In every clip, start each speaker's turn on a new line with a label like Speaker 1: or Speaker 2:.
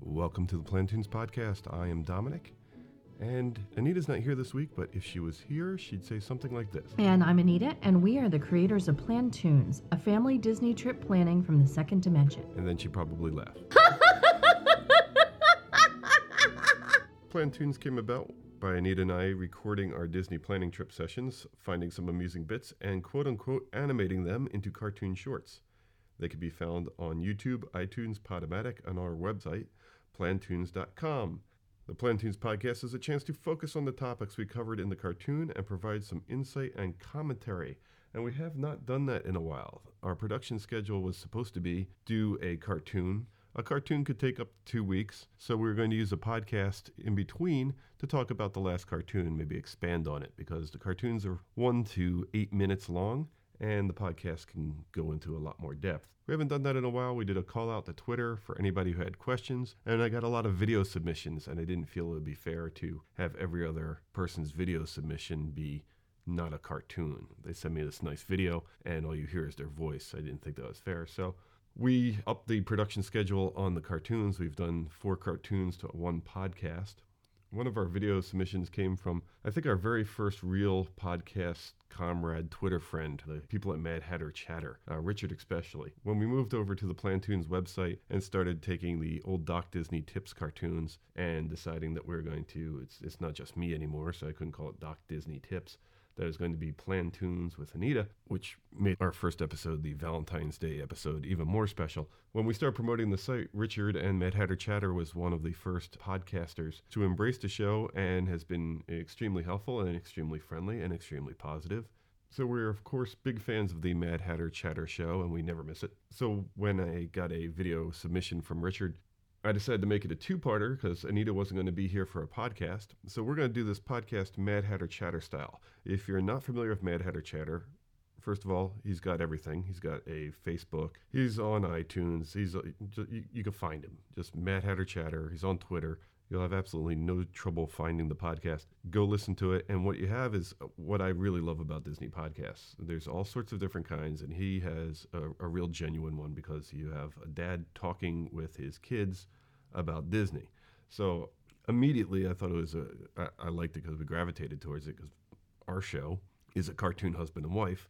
Speaker 1: Welcome to the Plantoons Podcast. I am Dominic. And Anita's not here this week, but if she was here, she'd say something like this.
Speaker 2: And I'm Anita, and we are the creators of Plantoons, a family Disney trip planning from the second dimension.
Speaker 1: And then she'd probably laugh. Plantoons came about by Anita and I recording our Disney planning trip sessions, finding some amusing bits, and quote unquote animating them into cartoon shorts. They can be found on YouTube, iTunes, Podomatic, and our website, plantoons.com. The Plantoons podcast is a chance to focus on the topics we covered in the cartoon and provide some insight and commentary. And we have not done that in a while. Our production schedule was supposed to be do a cartoon. A cartoon could take up to two weeks, so we were going to use a podcast in between to talk about the last cartoon, maybe expand on it, because the cartoons are one to eight minutes long, and the podcast can go into a lot more depth. We haven't done that in a while. We did a call out to Twitter for anybody who had questions, and I got a lot of video submissions, and I didn't feel it would be fair to have every other person's video submission be not a cartoon. They send me this nice video, and all you hear is their voice. I didn't think that was fair. So we upped the production schedule on the cartoons. We've done four cartoons to one podcast. One of our video submissions came from, I think, our very first real podcast comrade, Twitter friend, the people at Mad Hatter Chatter, uh, Richard especially. When we moved over to the Plantoons website and started taking the old Doc Disney tips cartoons and deciding that we were going to, it's, it's not just me anymore, so I couldn't call it Doc Disney tips. That is going to be Plantoons with Anita, which made our first episode, the Valentine's Day episode, even more special. When we started promoting the site, Richard and Mad Hatter Chatter was one of the first podcasters to embrace the show and has been extremely helpful and extremely friendly and extremely positive. So we're of course big fans of the Mad Hatter Chatter show and we never miss it. So when I got a video submission from Richard, I decided to make it a two-parter because Anita wasn't going to be here for a podcast. So we're going to do this podcast Mad Hatter Chatter style. If you're not familiar with Mad Hatter Chatter, first of all, he's got everything. He's got a Facebook. He's on iTunes. He's uh, you, you can find him. Just Mad Hatter Chatter. He's on Twitter. You'll have absolutely no trouble finding the podcast. Go listen to it. And what you have is uh, what I really love about Disney podcasts. There's all sorts of different kinds, and he has a, a real genuine one because you have a dad talking with his kids about Disney. So immediately I thought it was a, I, I liked it because we gravitated towards it because our show is a cartoon husband and wife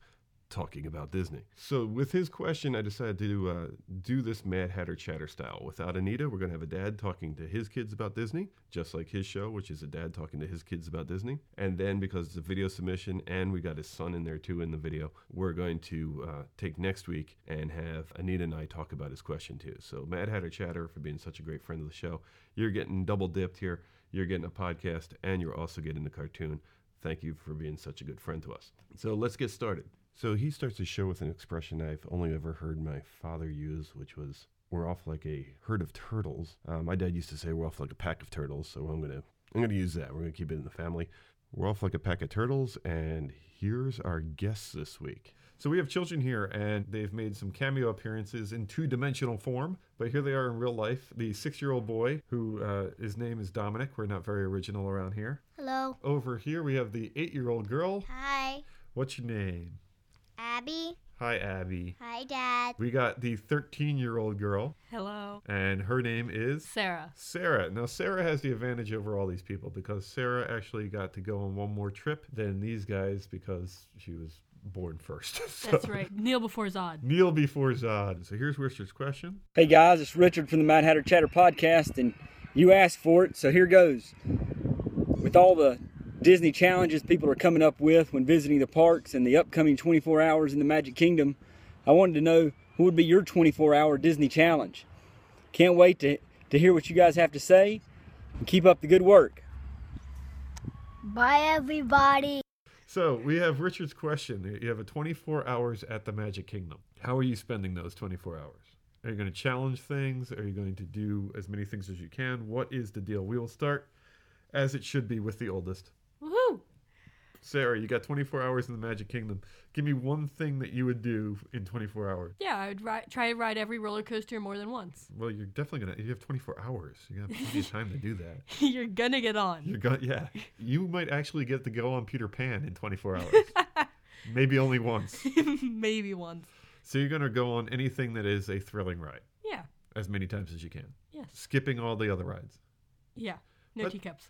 Speaker 1: talking about Disney. So with his question, I decided to uh, do this Mad Hatter chatter style. Without Anita, we're going to have a dad talking to his kids about Disney, just like his show, which is a dad talking to his kids about Disney. And then because it's a video submission and we got his son in there too in the video, we're going to uh, take next week and have Anita and I talk about his question too. So Mad Hatter chatter for being such a great friend of the show. You're getting double dipped here. You're getting a podcast and you're also getting the cartoon. Thank you for being such a good friend to us. So let's get started. So he starts his show with an expression I've only ever heard my father use, which was, "We're off like a herd of turtles." Uh, my dad used to say, "We're off like a pack of turtles," so I'm gonna I'm gonna use that. We're gonna keep it in the family. We're off like a pack of turtles, and here's our guest this week.
Speaker 3: So we have children here, and they've made some cameo appearances in two-dimensional form. But here they are in real life. The six-year-old boy, who uh, his name is Dominic. We're not very original around here.
Speaker 4: Hello.
Speaker 3: Over here we have the eight-year-old girl.
Speaker 4: Hi,
Speaker 3: What's your name?
Speaker 4: Abby.
Speaker 3: Hi, Abby.
Speaker 4: Hi, Dad.
Speaker 3: We got the 13-year-old girl,
Speaker 5: Hello.
Speaker 3: and her name is
Speaker 5: Sarah.
Speaker 3: Sarah. Now Sarah has the advantage over all these people because Sarah actually got to go on one more trip than these guys because she was born first. So-
Speaker 5: That's right. Kneel before Zod.
Speaker 3: Kneel before Zod. So here's Richard's question.
Speaker 6: Hey guys, it's Richard from the Mad Hatter Chatter podcast, and you asked for it, so here goes. With all the Disney challenges people are coming up with when visiting the parks and the upcoming 24 hours in the Magic Kingdom, I wanted to know what would be your 24 hour Disney challenge. Can't wait to, to hear what you guys have to say and keep up the good work.
Speaker 4: Bye, everybody.
Speaker 3: So we have Richard's question. You have a 24 hours at the Magic Kingdom. How are you spending those 24 hours? Are you going to challenge things? Are you going to do as many things as you can? What is the deal? We will start as it should be with the oldest.
Speaker 5: Woohoo!
Speaker 3: Sarah, you got 24 hours in the Magic Kingdom. Give me one thing that you would do in 24 hours.
Speaker 5: Yeah, I would ri- try to ride every roller coaster more than once.
Speaker 3: Well, you're definitely gonna. You have 24 hours. You got plenty of time to do that.
Speaker 5: You're gonna get on.
Speaker 3: You're going. Yeah, you might actually get to go on Peter Pan in 24 hours. Maybe only once.
Speaker 5: Maybe once.
Speaker 3: So you're going to go on anything that is a thrilling ride.
Speaker 5: Yeah.
Speaker 1: as many times as you can,
Speaker 5: Yes.
Speaker 1: skipping all the other rides.
Speaker 5: Yeah. No
Speaker 1: But-
Speaker 5: teacups.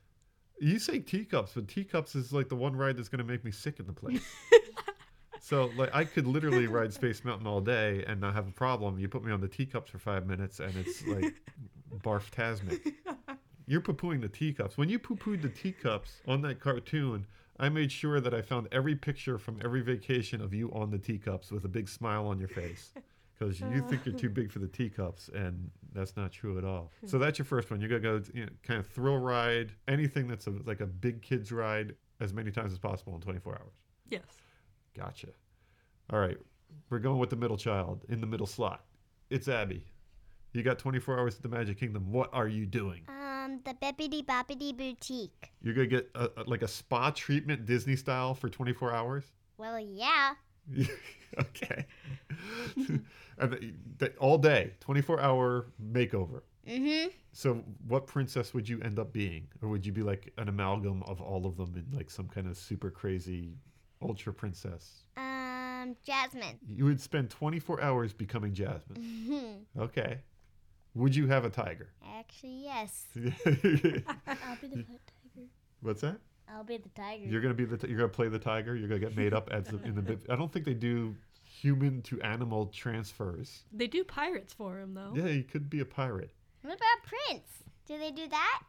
Speaker 1: You say teacups, but teacups is like the one ride that's going to make me sick in the place. so like I could literally ride Space Mountain all day and not have a problem. You put me on the teacups for five minutes and it's like barf tasmic. You're poo-pooing the teacups. When you poo-pooed the teacups on that cartoon, I made sure that I found every picture from every vacation of you on the teacups with a big smile on your face. Because you think you're too big for the teacups, and that's not true at all. So that's your first one. You're gonna go you know, kind of thrill ride, anything that's a, like a big kids ride, as many times as possible in 24 hours.
Speaker 5: Yes.
Speaker 1: Gotcha. All right. We're going with the middle child in the middle slot. It's Abby. You got 24 hours at the Magic Kingdom. What are you doing?
Speaker 4: Um, the Bippity Boppity Boutique.
Speaker 1: You're going to get a, a- like a spa treatment Disney style for 24 hours?
Speaker 4: Well, yeah.
Speaker 1: okay. and th- th- all day, 24 hour makeover.
Speaker 4: Mm-hmm.
Speaker 1: So, what princess would you end up being? Or would you be like an amalgam of all of them in like some kind of super crazy ultra princess?
Speaker 4: Um, Jasmine.
Speaker 1: You would spend 24 hours becoming Jasmine.
Speaker 4: Mhm.
Speaker 1: Okay. Would you have a tiger?
Speaker 4: Actually, yes. I'll be the tiger.
Speaker 1: What's that?
Speaker 4: I'll be the tiger.
Speaker 1: You're gonna be the t- you're gonna play the tiger. You're gonna get made up as the, in the. bib- I don't think they do human to animal transfers.
Speaker 5: They do pirates for him though.
Speaker 1: Yeah, you could be a pirate.
Speaker 4: what about Prince? Do they do that?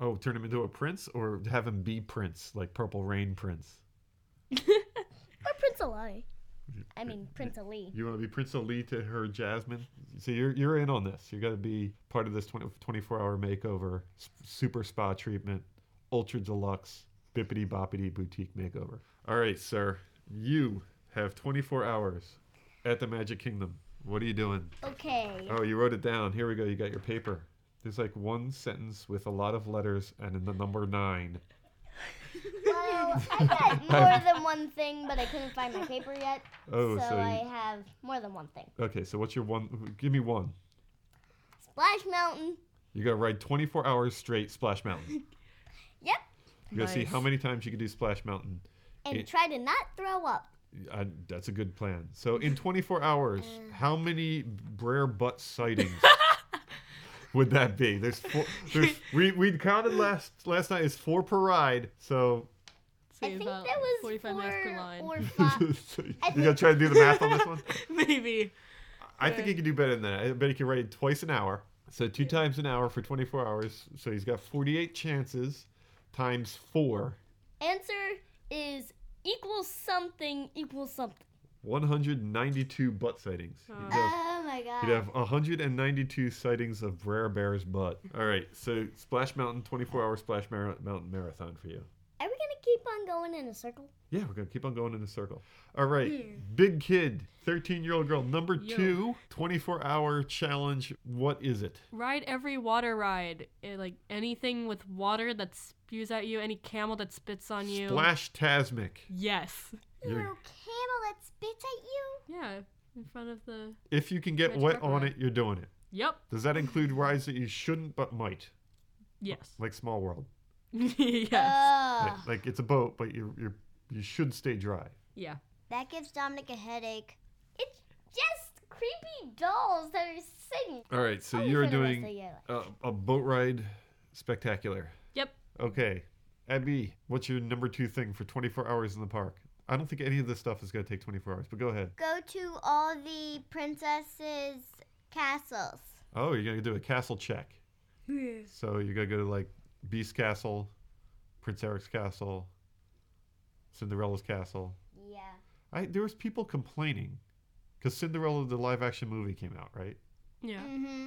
Speaker 1: Oh, turn him into a prince or have him be prince, like Purple Rain Prince.
Speaker 4: Or Prince Ali? I mean, Prince Ali.
Speaker 1: You want to be Prince Ali to her Jasmine. So you're you're in on this. You're gonna be part of this 20, 24 hour makeover, s- super spa treatment, ultra deluxe, bippity boppity boutique makeover. All right, sir. You have 24 hours at the Magic Kingdom. What are you doing?
Speaker 4: Okay.
Speaker 1: Oh, you wrote it down. Here we go. You got your paper. There's like one sentence with a lot of letters and in the number nine.
Speaker 4: Well, I got more than one thing, but I couldn't find my paper yet.
Speaker 1: Oh, so,
Speaker 4: so I
Speaker 1: you,
Speaker 4: have more than one thing.
Speaker 1: okay. So what's your one? Give me one.
Speaker 4: Splash Mountain.
Speaker 1: You gotta ride 24 hours straight Splash Mountain.
Speaker 4: Yep.
Speaker 1: You gotta see
Speaker 5: Nice.
Speaker 1: how many times you can do Splash Mountain.
Speaker 4: And
Speaker 1: It-
Speaker 4: try to not throw up.
Speaker 1: I, that's a good plan. So in 24 hours,
Speaker 4: Uh.
Speaker 1: how many Brer Butt sightings would that be? There's four. There's, we we counted last last night. It's four per ride. So,
Speaker 5: Say
Speaker 4: I think
Speaker 5: about
Speaker 4: that was
Speaker 5: 45
Speaker 4: four
Speaker 5: miles per line.
Speaker 4: or
Speaker 1: so
Speaker 4: five.
Speaker 1: you
Speaker 4: I
Speaker 1: gotta try to do the math on this one.
Speaker 5: Maybe.
Speaker 1: I think he can do better than that. I bet he can ride twice an hour. So two times an hour for 24 hours. So he's got 48 chances times four.
Speaker 4: Answer is equals something equals something.
Speaker 1: 192 butt sightings. He'd have,
Speaker 4: Oh my
Speaker 1: he'd
Speaker 4: god.
Speaker 1: have 192 sightings of Brer Bear's butt. All right, so Splash Mountain, 24 hour Splash Mar- Mountain marathon for you.
Speaker 4: Are we gonna keep on going in a circle?
Speaker 1: Yeah, we're going to keep on going in a circle. All right, big kid, 13 year old girl, number
Speaker 5: Yo.
Speaker 1: two, 24 hour challenge. What is it?
Speaker 5: Ride every water ride. Eh, Like anything with water that spews at you, any camel that spits on you.
Speaker 1: Splash Tasmic.
Speaker 5: Yes.
Speaker 4: Little
Speaker 1: You're-
Speaker 4: camel that spits at you.
Speaker 5: Yeah. In front of the.
Speaker 1: If you can get
Speaker 5: Magic
Speaker 1: wet
Speaker 5: Carpet
Speaker 1: on
Speaker 5: Ride.
Speaker 1: it, you're doing it.
Speaker 5: Yep.
Speaker 1: Does that include rides that you shouldn't but might,
Speaker 5: Yes.
Speaker 1: like Small World?
Speaker 5: yes.
Speaker 4: Uh, Ugh.
Speaker 1: Like, like it's a boat, but you you you should stay dry.
Speaker 5: yeah.
Speaker 4: That gives Dominic a headache. It's just creepy dolls that are singing.
Speaker 1: All right, so
Speaker 4: Probably
Speaker 1: you're
Speaker 4: for the rest of
Speaker 1: doing
Speaker 4: your life.
Speaker 1: a, a boat ride spectacular.
Speaker 5: Yep.
Speaker 1: Okay, Abby, what's your number two thing for 24 hours in the park? I don't think any of this stuff is going to take 24 hours, but go ahead.
Speaker 4: Go to all the princesses' castles.
Speaker 1: Oh, you're going to do a castle check. So you're going to go to like Beast Castle, Prince Eric's Castle, Cinderella's Castle.
Speaker 4: Yeah.
Speaker 1: I there was people complaining because Cinderella the live action movie came out, right?
Speaker 5: Yeah.
Speaker 4: Mm-hmm.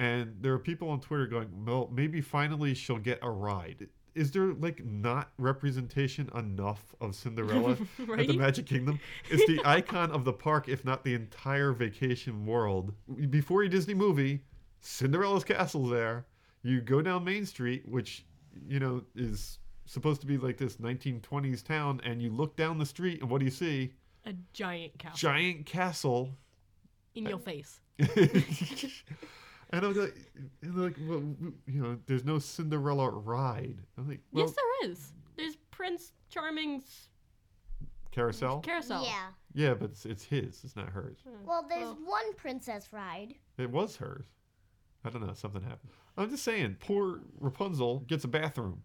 Speaker 1: And there were people on Twitter going, "Well, maybe finally she'll get a ride." Is there like not representation enough of Cinderella at the
Speaker 5: Right?
Speaker 1: Magic Kingdom? It's the icon of the park, if not the entire vacation world. Before a Disney movie, Cinderella's castle's there. You go down Main Street, which you know is supposed to be like this 1920s town, and you look down the street, and what do you see?
Speaker 5: A giant cow.
Speaker 1: giant castle.
Speaker 5: in your face.
Speaker 1: and I'm like, and they're like, well, w- you know, there's no Cinderella ride. I'm like, well,
Speaker 5: yes, there is. There's Prince Charming's
Speaker 1: carousel.
Speaker 5: carousel.
Speaker 4: Yeah.
Speaker 1: yeah, but it's, it's his. It's not hers.
Speaker 4: Mm. Well, there's
Speaker 5: Well-
Speaker 4: one princess ride.
Speaker 1: It was hers. I don't know. Something happened. I'm just saying, poor Rapunzel gets a bathroom.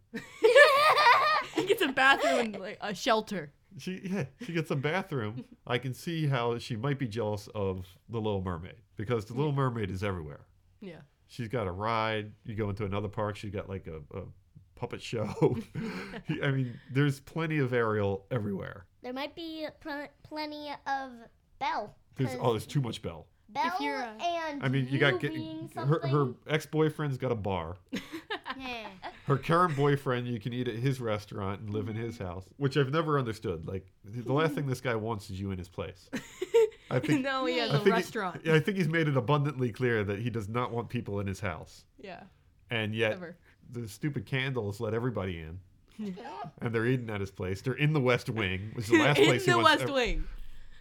Speaker 5: It's a bathroom and like a shelter.
Speaker 1: She yeah, she gets a bathroom. I can see how she might be jealous of the Little Mermaid because the Little Mermaid is everywhere.
Speaker 5: Yeah.
Speaker 1: She's got a ride. You go into another park. She's got like a, a puppet show. I mean, there's plenty of Ariel everywhere.
Speaker 4: There might be pl- plenty of Belle.
Speaker 1: There's
Speaker 4: 'cause
Speaker 1: oh, there's too much Belle.
Speaker 4: Belle
Speaker 5: If you're a-
Speaker 4: and
Speaker 1: I mean, you got get,
Speaker 4: being
Speaker 1: her
Speaker 4: something.
Speaker 1: her ex boyfriend's got a bar.
Speaker 4: Yeah.
Speaker 1: Her current boyfriend, you can eat at his restaurant and live in his house, which I've never understood. Like the last thing this guy wants is you in his place. I think
Speaker 5: no, he has
Speaker 1: I
Speaker 5: a
Speaker 1: think he-
Speaker 5: restaurant.
Speaker 1: yeah, I think he's made it abundantly clear that he does not want people in his house,
Speaker 5: yeah.
Speaker 1: and yet
Speaker 5: Ever.
Speaker 1: the stupid candles let everybody in. and they're eating at his place. They're in the West Wing, which is the last
Speaker 5: In
Speaker 1: place he
Speaker 5: the
Speaker 1: wants
Speaker 5: West
Speaker 1: ever-
Speaker 5: Wing.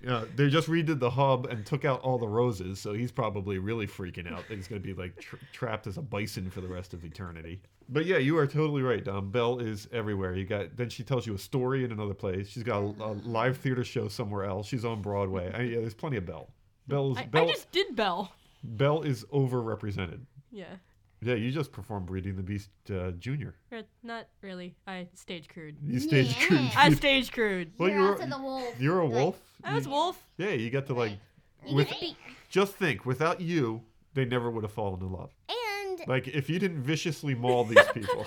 Speaker 1: Yeah, they just redid the hub and took out all the roses, so he's probably really freaking out. that He's going to be like tra- trapped as a bison for the rest of eternity. But yeah, you are totally right, Dom. Belle is everywhere. You got then she tells you a story in another place. She's got a, a live theater show somewhere else. She's on Broadway. I, yeah, there's plenty of Belle. Belle's,
Speaker 5: I, I
Speaker 1: Belle,
Speaker 5: just did Bell.
Speaker 1: Belle is overrepresented.
Speaker 5: Yeah.
Speaker 1: Yeah, you just performed Breeding the Beast uh, Junior.
Speaker 5: Er, Not really. I stage crewed.
Speaker 1: You stage crew.
Speaker 4: Yeah.
Speaker 5: I stage crewed.
Speaker 1: Well,
Speaker 4: you're
Speaker 1: you're-
Speaker 4: also the wolf.
Speaker 1: You're a
Speaker 4: Like,
Speaker 1: wolf.
Speaker 5: I was Wolf.
Speaker 1: Yeah, you got to like
Speaker 4: You
Speaker 1: with
Speaker 4: can speak.
Speaker 1: just think without you, they never would have fallen in love.
Speaker 4: And
Speaker 1: Like if you didn't viciously maul these people,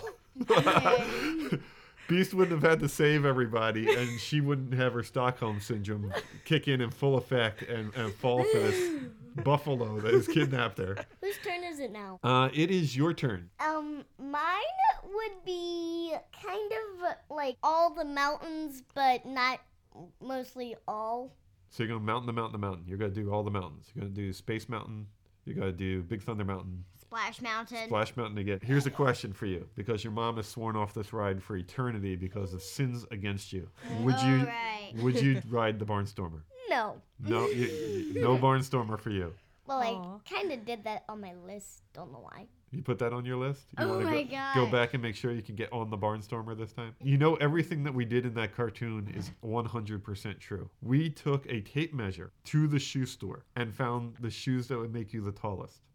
Speaker 1: Beast wouldn't have had to save everybody, and she wouldn't have her Stockholm syndrome kick in in full effect and, and fall for this buffalo that has kidnapped her.
Speaker 4: whose turn is it now?
Speaker 1: Uh, it is your turn.
Speaker 4: Um, mine would be kind of like all the mountains, but not mostly all.
Speaker 1: So you're gonna mountain the mountain the mountain. You're gonna do all the mountains. You're gonna do Space Mountain. You're gonna do Big Thunder Mountain.
Speaker 4: Splash Mountain.
Speaker 1: Splash Mountain again. Here's a question for you, because your mom has sworn off this ride for eternity because of sins against you. Would you
Speaker 4: Alright.
Speaker 1: would you ride the Barnstormer?
Speaker 4: No.
Speaker 1: No, you, you- no Barnstormer for you.
Speaker 4: Well,
Speaker 5: Aw.
Speaker 4: I kind of did that on my list. Don't know why.
Speaker 1: You put that on your list. You
Speaker 4: Oh
Speaker 1: wanna
Speaker 4: my
Speaker 1: go,
Speaker 4: God.
Speaker 1: Go back and make sure you can get on the Barnstormer this time. You know everything that we did in that cartoon is 100% true. We took a tape measure to the shoe store and found the shoes that would make you the tallest.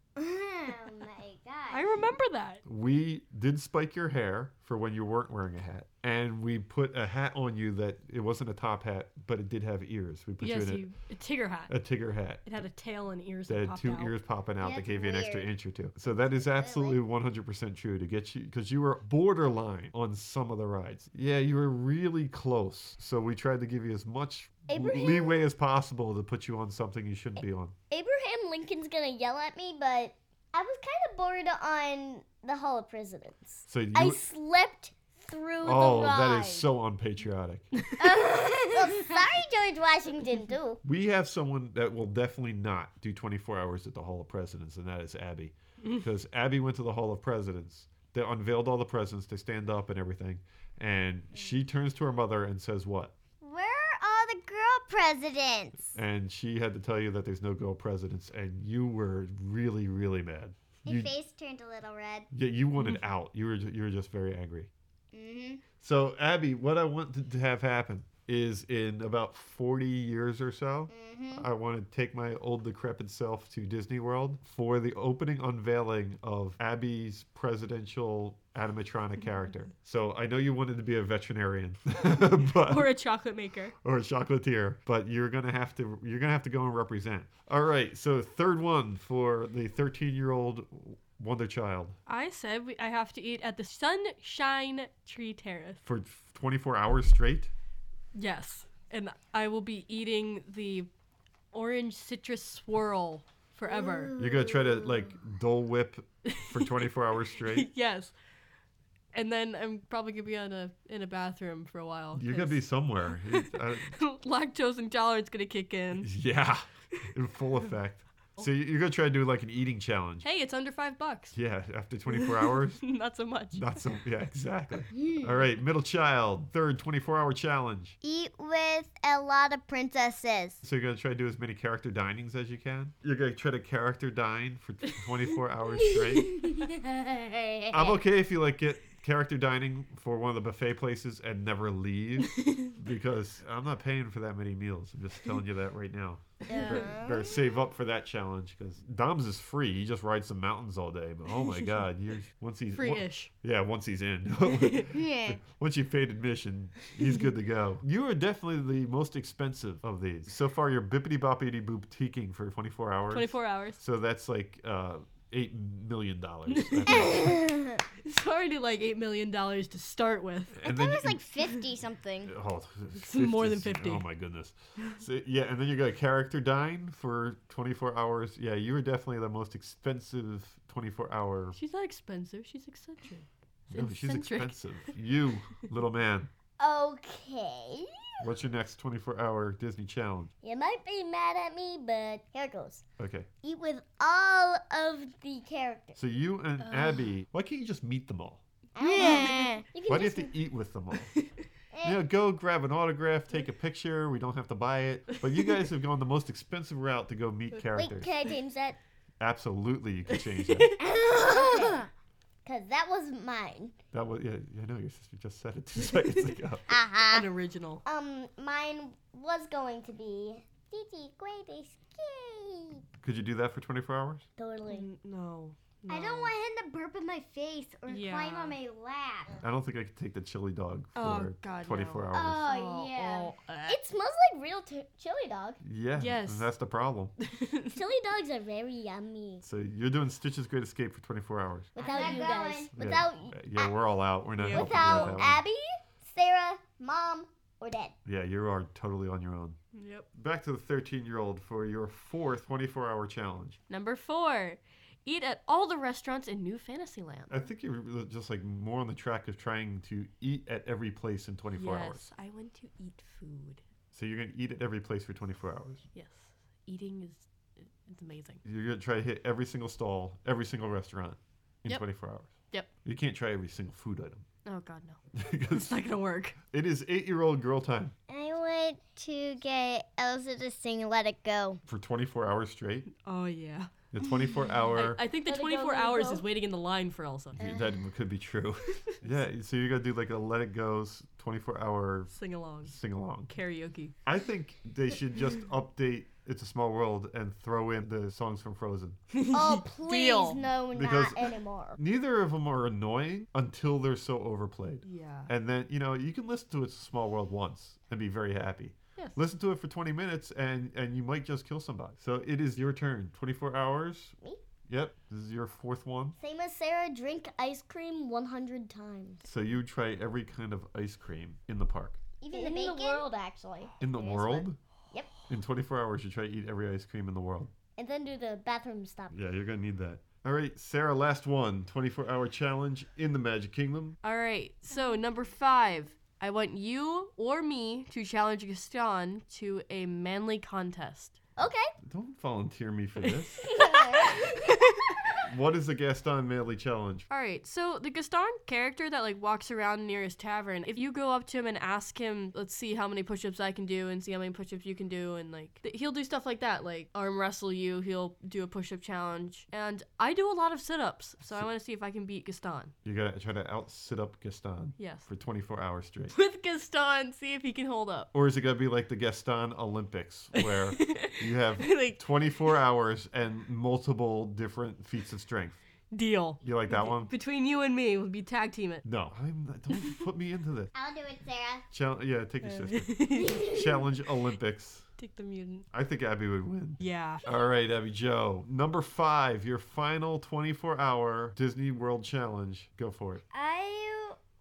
Speaker 4: Oh my god.
Speaker 5: I remember that.
Speaker 1: we did spike your hair for when you weren't wearing a hat and we put a hat on you that it wasn't a top hat but it did have ears we put
Speaker 5: yes,
Speaker 1: you in
Speaker 5: you. A tigger hat.
Speaker 1: a, a tigger hat
Speaker 5: It had a tail and ears
Speaker 1: that
Speaker 5: that
Speaker 1: Uh, had
Speaker 5: popped
Speaker 1: two
Speaker 5: out.
Speaker 1: ears popping out that
Speaker 4: That's
Speaker 1: gave you an extra
Speaker 4: weird.
Speaker 1: inch or two so that is absolutely 100% true to get you because you were borderline on some of the rides yeah you were really close so we tried to give you as much
Speaker 4: Abraham-
Speaker 1: leeway as possible to put you on something you shouldn't be on
Speaker 4: Abraham Lincoln's gonna yell at me, but I was kind of bored on the Hall of Presidents.
Speaker 1: so you
Speaker 4: I slept through
Speaker 1: oh
Speaker 4: the ride.
Speaker 1: that is so unpatriotic
Speaker 4: well, sorry, George Washington, too.
Speaker 1: We have someone that will definitely not do 24 hours at the Hall of Presidents, and that is Abby. Because Abby went to the Hall of Presidents. They unveiled all the presidents. They stand up and everything. And she turns to her mother and says, What?
Speaker 4: Where are the girl presidents?
Speaker 1: And she had to tell you that there's no girl presidents. And you were really, really mad. You,
Speaker 4: face turned a little red.
Speaker 1: yeah, you wanted out. You were, ju- you were just very angry.
Speaker 4: Mm-hmm.
Speaker 1: So, Abby, what I want to- to have happen is in about 40 years or so, I want to take my old decrepit self to Disney World for the opening unveiling of Abby's presidential animatronic character. So, I know you wanted to be a veterinarian, but
Speaker 5: Or a chocolate maker.
Speaker 1: or a chocolatier, but you're gonna have to you're gonna have to go and represent. All right, so third one for the 13 year old wonder child
Speaker 5: I said we, I have to eat at the Sunshine Tree Terrace.
Speaker 1: for 24 hours straight.
Speaker 5: Yes. And I will be eating the orange citrus swirl forever.
Speaker 1: You're gonna try to like dole whip for 24 hours straight.
Speaker 5: yes. And then I'm probably gonna be on a in a bathroom for a while.
Speaker 1: You're gonna be somewhere. Uh,
Speaker 5: 'cause lactose intolerance gonna kick in.
Speaker 1: yeah, in full effect. So you- you're gonna try to do like an eating challenge.
Speaker 5: Hey, it's under five bucks.
Speaker 1: Yeah, after 24 hours.
Speaker 5: Not so much.
Speaker 1: Not so. Yeah, exactly. All right, middle child, third 24-hour challenge.
Speaker 4: Eat with a lot of princesses.
Speaker 1: So you're gonna try to do as many character dinings as you can. You're gonna try to character dine for 24 hours straight. I'm okay if you like get character dining for one of the buffet places and never leave because I'm not paying for that many meals. I'm just telling you that right now. Better, better save up for that challenge because Dom's is free. He just rides the mountains all day. But oh my God, you're once he's
Speaker 5: Free
Speaker 1: on-
Speaker 5: ish.
Speaker 1: yeah, once he's in,
Speaker 4: Yeah.
Speaker 1: once you paid admission, he's good to go. You are definitely the most expensive of these so far. You're bippity boppity boopteeking for 24 hours.
Speaker 5: 24 hours.
Speaker 1: So that's like uh, eight million dollars.
Speaker 5: It's already like $8 million to start with.
Speaker 1: and
Speaker 4: That
Speaker 1: then
Speaker 4: was
Speaker 1: you-
Speaker 4: like 50 something.
Speaker 1: Oh,
Speaker 5: It's more than
Speaker 1: 50.
Speaker 5: 50.
Speaker 1: Oh my goodness. So, yeah, and then you got a character dine for 24 hours. Yeah, you were definitely the most expensive 24 hour.
Speaker 5: She's not expensive. She's eccentric.
Speaker 1: No, she's
Speaker 5: Eccentric.
Speaker 1: expensive. You, little man.
Speaker 4: Okay.
Speaker 1: What's your next 24 hour Disney challenge?
Speaker 4: You might be mad at me, but here goes.
Speaker 1: Okay.
Speaker 4: Eat with all of the characters.
Speaker 1: So you and
Speaker 4: Uh,
Speaker 1: Abby, why can't you just meet them all?
Speaker 4: Yeah. You
Speaker 1: Why
Speaker 4: can
Speaker 1: do you
Speaker 4: just, eh,
Speaker 1: have to eat with them all? you know, go grab an autograph, take a picture. We don't have to buy it. But you guys have gone the most expensive route to go meet
Speaker 4: wait,
Speaker 1: characters.
Speaker 4: can I change that?
Speaker 1: Absolutely, you can change that.
Speaker 4: Because that was mine.
Speaker 1: That was yeah. I know your sister just said it two seconds ago.
Speaker 4: Uh-huh.
Speaker 5: An original.
Speaker 4: Um, mine was going to be Gigi Great Escape.
Speaker 1: Could you do that for 24 hours?
Speaker 4: Totally.
Speaker 5: N- No.
Speaker 7: I
Speaker 5: no.
Speaker 7: don't want him to burp in my face or climb
Speaker 5: Yeah.
Speaker 7: on my lap.
Speaker 1: I don't think I could take the chili dog for
Speaker 5: Oh, God, no.
Speaker 1: 24 hours.
Speaker 7: Oh, yeah.
Speaker 5: oh, uh.
Speaker 4: It smells like real t- chili dog.
Speaker 1: yeah,
Speaker 5: yes.
Speaker 1: that's the problem.
Speaker 4: Chili dogs are very yummy.
Speaker 1: So you're doing Stitch's Great Escape for 24 hours.
Speaker 4: Without
Speaker 7: not
Speaker 4: you guys.
Speaker 7: going.
Speaker 1: Yeah.
Speaker 4: Without
Speaker 1: Uh, yeah, we're all out. We're not helping you out that
Speaker 4: without
Speaker 1: one.
Speaker 4: Abby, Sarah, Mom, or Dad.
Speaker 1: Yeah, you are totally on your own.
Speaker 5: yep.
Speaker 1: Back to the 13 year old for your fourth 24 hour challenge.
Speaker 5: Number four. Eat at all the restaurants in New Fantasyland.
Speaker 1: I think you're just like more on the track of trying to eat at every place in 24
Speaker 5: yes,
Speaker 1: hours.
Speaker 5: I want to eat food.
Speaker 1: So you're gonna eat at every place for 24 hours.
Speaker 5: Yes, eating is it's amazing.
Speaker 1: You're gonna try to hit every single stall, every single restaurant in
Speaker 5: Yep.
Speaker 1: 24 hours.
Speaker 5: Yep.
Speaker 1: You can't try every single food item
Speaker 5: Oh God, no, it's
Speaker 1: because
Speaker 5: not gonna work.
Speaker 1: it is eight-year-old girl time
Speaker 4: I want to get Elsa to sing Let It Go.
Speaker 1: for 24 hours straight.
Speaker 5: Oh yeah.
Speaker 1: The 24-hour
Speaker 5: I think the
Speaker 4: Let it go,
Speaker 5: 24
Speaker 4: let it
Speaker 5: hours
Speaker 4: go.
Speaker 5: is waiting in the line for Elsa.
Speaker 1: that could be true. yeah. So you're gonna do like a Let It Go's 24-hour
Speaker 5: Sing along,
Speaker 1: sing-along.
Speaker 5: karaoke.
Speaker 1: I think they should just update "It's a Small World" and throw in the songs from Frozen.
Speaker 4: Oh, please,
Speaker 5: Deal.
Speaker 4: no,
Speaker 1: Because-
Speaker 4: not anymore.
Speaker 1: Neither of them are annoying until they're so overplayed.
Speaker 5: Yeah.
Speaker 1: And then, you know, you can listen to It's a Small World once and be very happy.
Speaker 5: Yes.
Speaker 1: Listen to it for 20 minutes and, and you might just kill somebody. So it is your turn. 24 hours.
Speaker 4: Me?
Speaker 1: Yep. This is your fourth one.
Speaker 4: Same as Sarah, drink ice cream 100 times.
Speaker 1: So you try every kind of ice cream in the park.
Speaker 7: Even
Speaker 4: In
Speaker 7: the
Speaker 4: the
Speaker 7: bacon.
Speaker 4: world, actually.
Speaker 1: In the
Speaker 4: There is
Speaker 1: world?
Speaker 4: one. Yep.
Speaker 1: In 24 hours, you try to eat every ice cream in the world.
Speaker 4: And then do the bathroom stop.
Speaker 1: Yeah, you're going to need that. All right, Sarah, last one 24 hour challenge in the Magic Kingdom.
Speaker 5: All right. So number five, I want you or me to challenge Gaston to a manly contest.
Speaker 4: Okay.
Speaker 1: Don't volunteer me for this. what is the Gaston Manley challenge?
Speaker 5: All right, so the Gaston character that like walks around near his tavern, if you go up to him and ask him, let's see how many push-ups I can do and see how many push-ups you can do, and like th- he'll do stuff like that, like arm wrestle you, he'll do a push-up challenge, and I do a lot of sit-ups, so I want to see if I can beat Gaston.
Speaker 1: You gotta try to out sit up Gaston
Speaker 5: Yes,
Speaker 1: for 24 hours straight.
Speaker 5: with Gaston, see if he can hold up.
Speaker 1: Or is it gonna be like the Gaston Olympics where you have
Speaker 5: like
Speaker 1: 24 hours and multiple different feats of strength?
Speaker 5: deal
Speaker 1: You like that one?
Speaker 5: between you and me, we'll be tag team it.
Speaker 1: No, I'm not, don't put me into this.
Speaker 7: I'll do it, Sarah.
Speaker 1: Chal- yeah, take your
Speaker 5: Uh,
Speaker 1: sister. Challenge Olympics.
Speaker 5: Take the mutant.
Speaker 1: I think Abby would win.
Speaker 5: Yeah.
Speaker 1: All right, Abby Joe. Number five, your final 24 hour Disney World Challenge. Go for it.
Speaker 7: I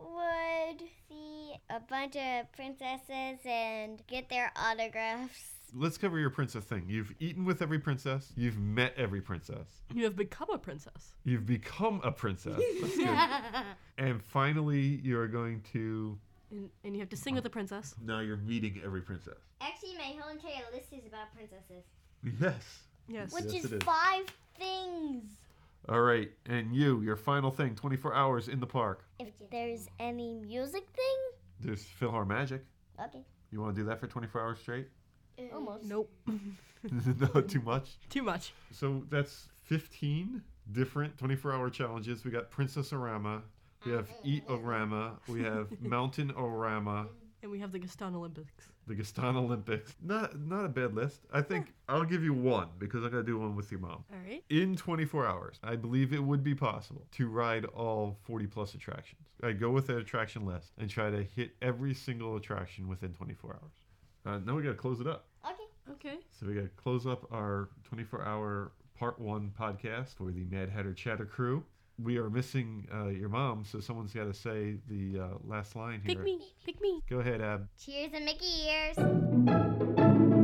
Speaker 7: would see
Speaker 4: A bunch of princesses and get their autographs.
Speaker 1: Let's cover your princess thing. You've eaten with every princess, you've met every princess.
Speaker 5: You have become a princess.
Speaker 1: You've become a princess. That's good. and finally, you're going to.
Speaker 5: And, and you have to sing with the princess.
Speaker 1: Now you're meeting every princess.
Speaker 7: Actually, my whole entire list is about princesses.
Speaker 1: Yes.
Speaker 5: Yes.
Speaker 4: Which
Speaker 1: Yes,
Speaker 4: is
Speaker 1: it is.
Speaker 4: five things.
Speaker 1: All right. And you, your final thing 24 hours in the park.
Speaker 4: If there's any music thing.
Speaker 1: There's Philhar Magic.
Speaker 4: Okay.
Speaker 1: You want to do that for 24 hours straight?
Speaker 4: Almost.
Speaker 5: Nope.
Speaker 1: no, too much.
Speaker 5: Too much.
Speaker 1: So that's 15 different 24 hour challenges. We got Princess Orama, We have Eat Orama. We have Mountain Orama.
Speaker 5: And we have the Gaston Olympics.
Speaker 1: The Gaston Olympics. Not not a bad list. I think I'll give you one because I gotta do one with your mom.
Speaker 5: All right.
Speaker 1: In 24 hours, I believe it would be possible to ride all 40 plus attractions. I go with an attraction list and try to hit every single attraction within 24 hours. Uh, now we gotta close it up.
Speaker 7: Okay.
Speaker 5: Okay.
Speaker 1: So we gotta close up our 24 hour part one podcast for the Mad Hatter Chatter crew. We are missing uh, your mom, so someone's gotta say the uh, last line here.
Speaker 5: Pick me. Pick me.
Speaker 1: Go ahead, Ab.
Speaker 7: Cheers and Mickey ears.